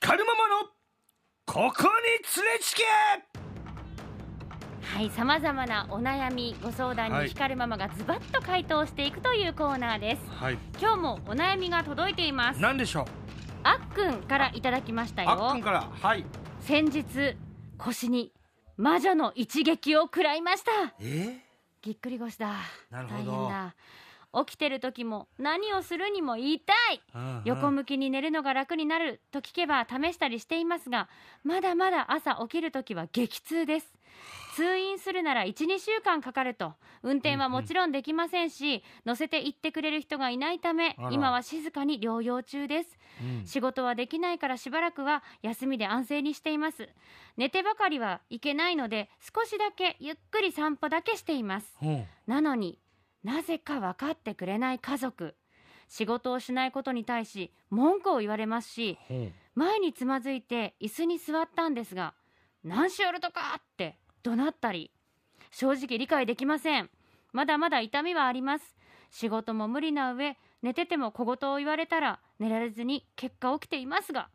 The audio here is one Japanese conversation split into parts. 光るままのここに連れつけはい、さまざまなお悩みご相談はにい光るママがズバッと回答していくというコーナーです。はい今日もお悩みが届いています。何でしょうあっくんからいただきましたあっよくん。からはい先日腰に魔女の一撃を食らいました。えぎっくり腰だ。な大るほ変どだ。起きてる時も何をするにも痛い。ー、横向向きに寝るのが楽になると聞けば試したりしていますがまだまだ朝起きるときは激痛です通院するなら12週間かかると運転はもちろんできませんし、乗せて行ってくれる人がいないためあら今は静かに療養中ですうん仕事はできないからしばらくは休みで安静にしています寝てばかりはいけないので少しだけゆっくり散歩だけしていますうんなのになぜか分かってくれない家族仕事をしないことに対し文句を言われますしうん前につまずいて椅子に座ったんですが「何しよるとか!」って怒鳴ったり正直理解できませんまだまだ痛みはあります仕事も無理な上寝てても小言を言われたら寝られずに結果起きていますが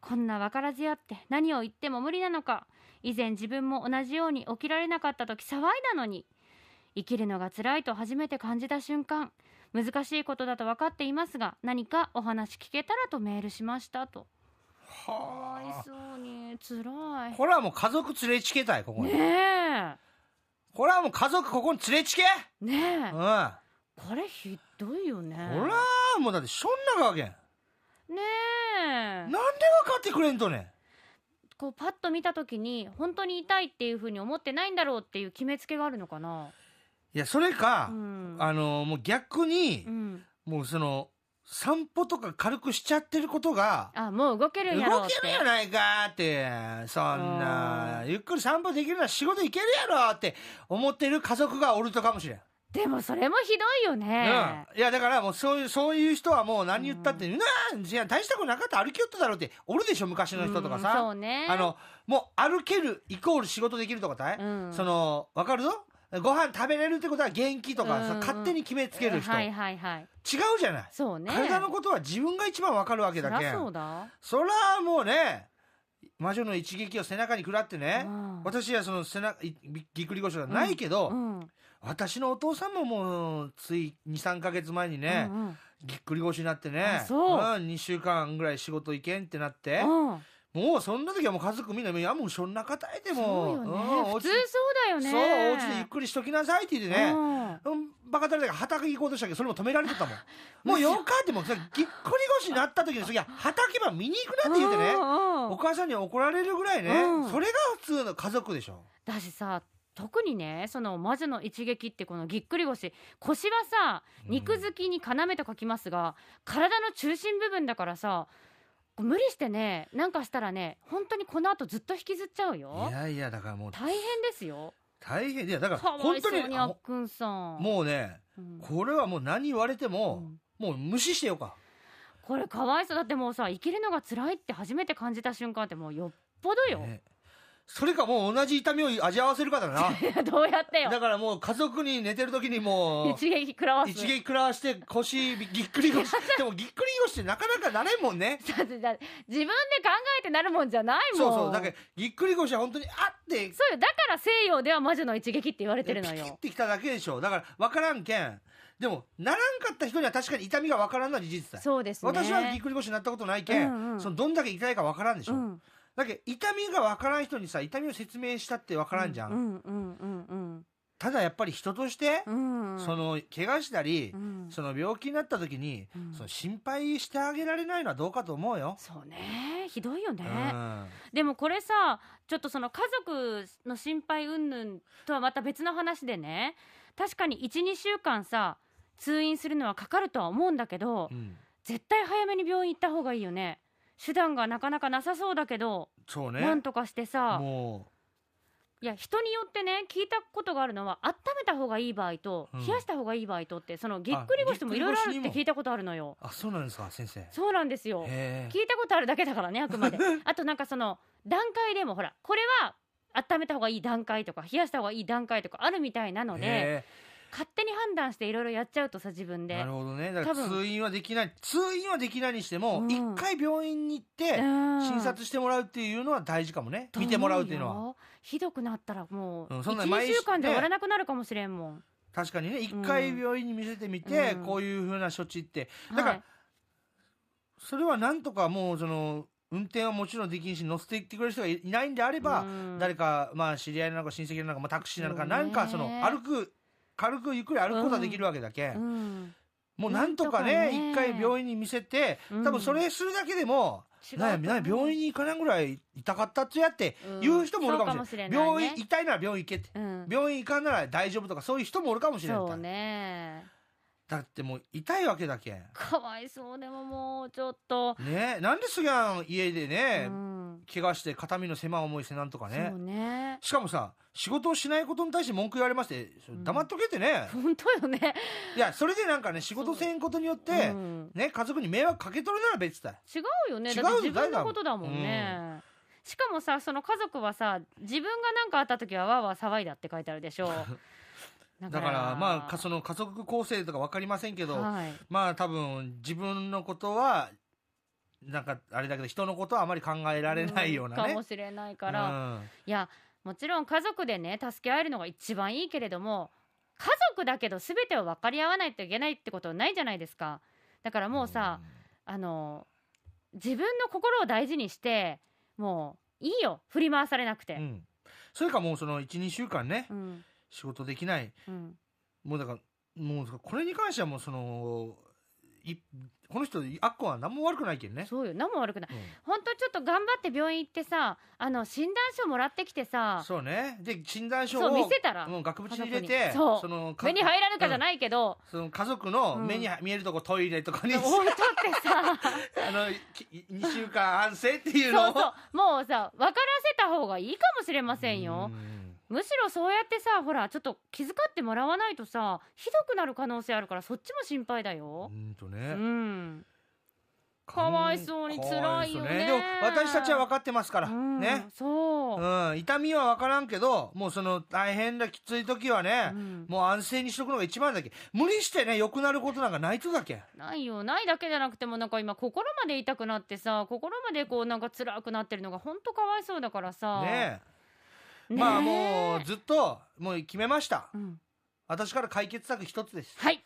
こんな分からずやって何を言っても無理なのか以前自分も同じように起きられなかった時騒いだのに生きるのが辛いと初めて感じた瞬間難しいことだと分かっていますが何かお話聞けたらとメールしましたとかわいはそうに辛あいこれはもう家族連れつけたいここに、ねこれはもう家族ここに連れつけえねうえんこれはこれひどいよねもうだってそんなわけやんねえなんで分かってくれんとねこうパッと見た時に本当に痛いっていうふうに思ってないんだろうっていう決めつけがあるのかないやそれか、うんあのもう逆にう、んもうその散歩とか軽くしちゃってることがあもう動けるん動やろうってけるやないかってそんなゆっくり散歩できるなら仕事行けるやろって思ってる家族がおるとかもしれん、でもそれもひどいよね、うん、いやだからもうそういうそういう人はもう何言ったって、うなあじゃあ大したことなかった歩きよっただろうっておるでしょ昔の人とかうんさ、そうねあのもう歩けるイコール仕事できるとかだい、うんその分かるぞご飯食べれるってことは元気とかさ、うんうん勝手に決めつける人、はい違うはいはいじゃないそうね体のことは自分が一番わかるわけだそけりゃんそうだそらもうね魔女の一撃を背中に食らってね、うん私はその背中いびぎっくり腰はないけど、うん私のお父さんももうつい23か月前にねう、んぎっくり腰になってね、あそうん2週間ぐらい仕事行けんってなって、うんうんもうそんな時はもう家族みんな「いやもうそんな方やでもそうよねうんお普家通そうだよねそうお家でゆっくりしときなさい」って言ってね、うんうん、バカたれだから畑行こうとしたけどそれも止められてたもんもうよかってもうそれぎっくり腰になった時に「いや畑ば見に行くな」って言ってねうんうんお母さんに怒られるぐらいね、うんそれが普通の家族でしょだしさ特にねその魔女の一撃ってこのぎっくり腰腰はさ肉付きに要と書きますが、体の中心部分だからさこう無理してねなんかしたらね本当にこの後ずっと引きずっちゃうよいやいやだからもう大変ですよ大変いやだからかわ本い当そにうにああっくんさんもうねうんこれはもう何言われてうも、んもう無視してようかこれかわいそうだってもうさ生きるのが辛いって初めて感じた瞬間ってもうよっぽどよ、ねそれかもう同じ痛みを味合わせるかだないや どうやってよだからもう家族に寝てる時にもう一撃食らわす一撃食らわして腰びぎっくり腰でもぎっくり腰ってなかなかなれんもんねだってだって自分で考えてなるもんじゃないもそんうそうだからぎっくり腰は本当にあってそうよだから西洋では魔女の一撃って言われてるのピキっよてきただけでしょだから分からんけんでもならんかった人には確かに痛みが分からんのは事実だそうですね私はぎっくり腰になったことないけん、うんうんそのどんだけ痛いか分からんでしょ、うんだけど痛みが分からん人にさ痛みを説明したって分からんじゃん、うんうんうんただやっぱり人として、うんうんその怪我したり、うんその病気になった時に、うんその心配してあげられないのはどうかと思うよ、そうねひどいよね、うんでもこれさちょっとその家族の心配云々とはまた別の話でね確かに12週間さ通院するのはかかるとは思うんだけど、うん絶対早めに病院行った方がいいよね手段がなかなかなさそうだけど、そうねなんとかしてさもいや人によってね聞いたことがあるのは温めた方がいい場合と、うん冷やした方がいい場合とってそのぎっくり腰ともぎいっくろいりろあ腰るにっもて聞いたことあるのようあそうなんですか先生へそうなんですよえ聞いたことあるだけだからねあく まであとなんかその段階でもほらこれは温めた方がいい段階とか冷やした方がいい段階とかあるみたいなのでへ勝手に判断していろいろやっちゃうとさ自分えでなるほどねだから多分通院はできない通院はできないにしてもうん一、回病院に行っうて、ん診察してもらうっていうのは大事かもね見てもらうっていうのははひどくなったらもううん1、そんな毎2週間でね終わらなくなるかもしれんもん、確かにねうん一回病院に見せてみて、うんこういうふうな処置ってはい、だからそれはなんとかもうその運転はもちろんできんし乗せていってくれる人がいいないんであれば、うん誰かまあ知り合いなのか親戚なのか、まあ、タクシーなのか、そうねなんかその歩く軽くゆっくり歩くことはできるわけだけ、うん、もうなんとかね一なんとかね回病院に見せてうん多分それするだけでも、違うなんやなんや病院にに行かないぐらい痛かったっつやって言う人もおるかもしれない,、病院ね、痛いなら病院行けって、うん、病院行かんなら大丈夫とかそういう人もおるかもしれない、そうねだってもう痛いわけだけかわいそうでももうちょっと、ねなんですぎゃん家でね、うん怪我して肩身の狭い思いしてなんとかねそうねしかもさ仕事をしないことに対して文句言われましてそれ黙っとけってね、本当よねいやそれでなんかね仕事せんことによって、うんね家族に迷惑かけとるなら別だよ違うよね違うだよって自分のことだもんね、しかもさその家族はさ自分が何かあった時はわーわー騒いだって書いてあるでしょ だだからまあかその家族構成とか分かりませんけど、はい、まあ多分自分のことはなんかあれだけど人のことはあまり考えられないようなかね、もしれないから、うんいやもちろん家族でね助け合えるのが一番いいけれども家族だけど全てを分かり合わないといけないってことはないじゃないですかだからもうさ、あの自分の心を大事にしてもういいよ振り回されなくうて、んそれかもうその12週間ね、うん仕事できないうんもうだからもうこれに関してはもうそのいこの人あっこは何も悪くないけんね、そうよ何も悪くないうん本当ちょっと頑張って病院行ってさあの診断書もらってきてさそうねで診断書そう見をせたらもう額縁に入れ家族てにそうのか目に入らぬかじゃうんないけど、その家族のうん目には見えるとこトイレとかに、置いとってさ あのき2週間安静っていうそのうをそうもうさ分からせた方がいいかもしれませんようんむしろそうやってさほらちょっと気遣ってもらわないとさひどくなる可能性あるからそっちも心配だようんとうね、んかわいそうに辛いよねかわそうでも私たちは分かってますから、うんね、そう、うん、痛みは分からんけどもうその大変だきつい時はね、うんもう安静にしとくのが一番だけ無理してね良くなることなんかないとだけないよないだけじゃなくてもなんか今心まで痛くなってさ心までこうなんか辛くなってるのがほんとかわいそうだからさねねえまあもうずっともう決めましたうん私から解決策一つですはい、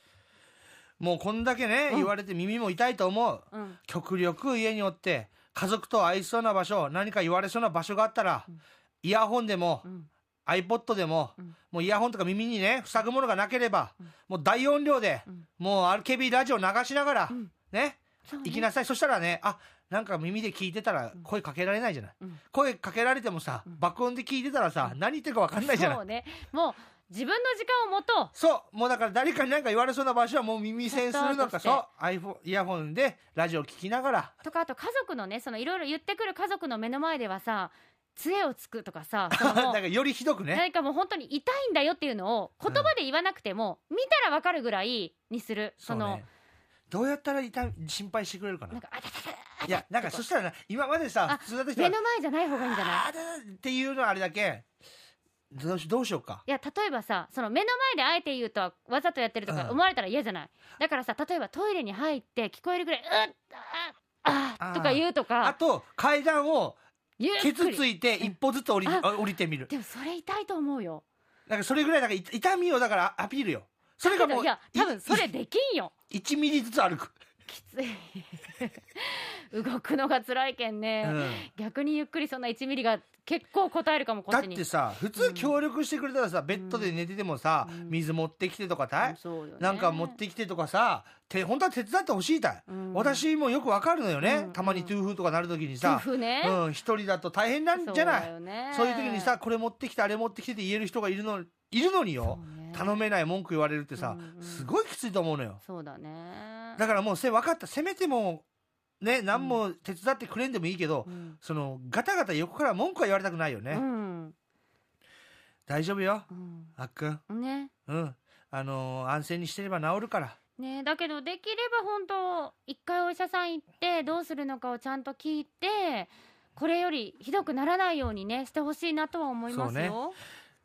もうこんだけねうん言われて耳も痛いと思ううん、極力家におって家族と会いそうな場所何か言われそうな場所があったら、うんイヤホンでも、うん iPod でも、うんもうイヤホンとか耳にね塞ぐものがなければ、うんもう大音量で、うんもう RKB ラジオ流しながら、うんねそうね行きなさいそしたらねあなんか耳で聞いてたらうん声かけられないじゃない、うん声かけられてもさ、うん爆音で聞いてたらさ、う何言ってるか分かんないじゃないそうねもう自分の時間を持とそうもうだから誰かに何か言われそうな場所はもう耳栓するのかシャッそう iPhone イヤホンでラジオ聞きながらうとかあと家族のねそのいろいろ言ってくる家族の目の前ではさ杖をつくとかさ そのだもうからよりひどくね何かもう本当に痛いんだよっていうのを言葉で言わなくても、見たらわかるぐらいにするそそうのねどうやったら痛み心配してくれるかななんかあたたたいやなんかそしたらな今までさあ普通だった人目はの前じゃない方がいいんじゃないあーっていうのはあれだけどうしどうしようかいや例えばさその目の前であえて言うとはわざとやってるとうんか思われたら嫌じゃない、だからさ例えばトイレに入って聞こえるぐらいうっあああーとか言うとあかと階段をゆっケくツりついて一歩ずつ降り,、あ降りてみるでもそれ痛いと思うよなんかそれぐらいなんかい痛みをだからアピールよそれがもういや多分それいできんよ1ミリずつ歩く、きつい動くのが辛いけんね、うん逆にゆっくりそんな1ミリが結構答えるかもこだっっちにてさ普通協力してくれたらさ、ベッドで寝ててもさ、うん水持ってきてとかたうんい、そうよねなんか持ってきてとかさて本当は手伝ってほしいたい、うん私もよくわかるのよね、うんたまにトゥーフーとかなるときに夫さ、婦ね、うん、一人だと大変なんじゃないそういう時にさこれ持ってきてあれ持ってきてって言える人がいるのいるのによ、頼むめない文句言われるってさ、うんうんすごいきついと思うのよそうだねだからもうせ分かったせめてもうね何も手伝ってくれんでもいいけど、うんそのガタガタ横から文句は言われたくないよね、うん大丈夫ようんあっくんねうんあのー安静にしてれば治るからねだけどできれば本当一回お医者さん行ってどうするのかをちゃんと聞いてこれよりひどくならないようにねしてほしいなとは思いますよ。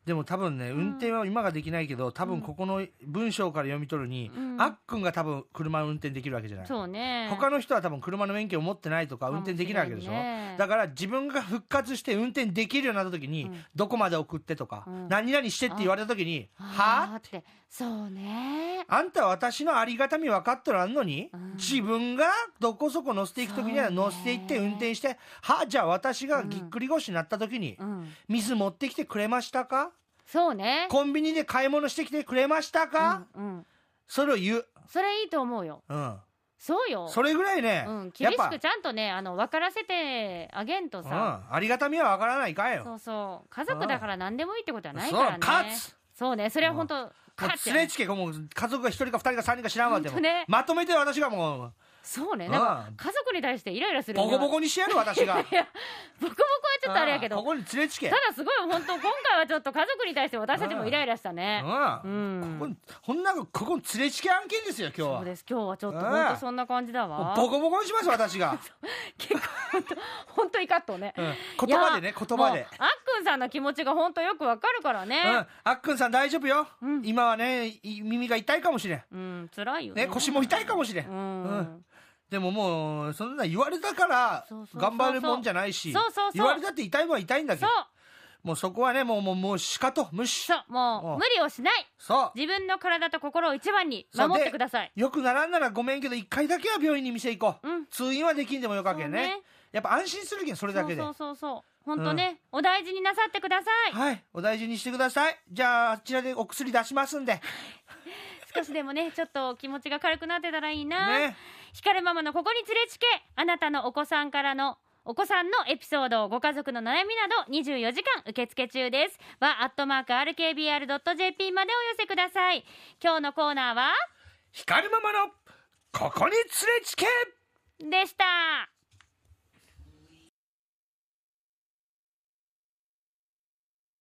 でも多分ね運転は今ができないけど多分ここの文章から読み取るに、うんあっくんが多分車を運転できるわけじゃないそうね他の人は多分車の免許を持ってないとか運転できないわけでしょ、かもしれないねだから自分が復活して運転できるようになった時に、うんどこまで送ってとか、うん何々してって言われた時に、あーはってそうねあんた私のありがたみ分かっとらんのに、うん自分がどこそこ乗せていく時にはそうね乗せていって運転してはじゃあ私がぎっくり腰になった時に、うん水持ってきてくれましたかそうねコンビニで買い物してきてくれましたか、うんうんそれを言う、それいいと思うようん、そうよそれぐらいね、うん、や厳っしぱくちゃんとねあの分からせてあげんとうさ、ん、ありがたみは分からないかよそうそう家族だから何でもいいってことはないそからねう勝つそうねそれは本当もう勝つすよれ違いもう家族が一人か二人か三人か知らんわでも、ほんとねまとめて私がもそうねうんなんか家族に対してイライラすうるボコボコにしてやる私 がボコボコはちょっとあれやけうんどここに連れつたけだすごい本当今回はちょっと家族に対して私たちもイライラしたねううんんここにこんなのここに連れつけ案件ですよ今日そはうです今日はちょっとうん本当そんな感じだもわうボコボコにします私 が、結構本当本当いかっとねうん言葉でねいや言葉で、うもんう、あっくんさんの気持ちが本当よくわかるからねあっくんさん大丈夫よ、うん今はねい耳が痛いかもしれんうん辛いよねね、腰も痛いかもしれん、うん、うんでももうそんな言われたからそうそうそうそ頑う張るもんじゃないしそうそうそう言われたって痛いもんは痛いんだけそどうもうそこはねもうもうもうしかと無視そうもううん無理をしないそう自分の体と心を一番にそう守っでてくださいよくならんならごめんけど一回だけは病院に店行こう、うん通院はできんでもよかけそんうねやっぱ安心するけんそれだけでそうそうそうそう本当ね、お大事になさってくださいはいお大事にしてくださいじゃああちらでお薬出しますんで少しでもねちょっと気持ちが軽くなってたらいいな、ねひかるママのここに連れちけあなたのお子さんからのお子さんのエピソードご家族の悩みなど24時間受付中ですはアットマーク RKBR.jp までお寄せください今日のコーナーは光ママのここに連れつけでした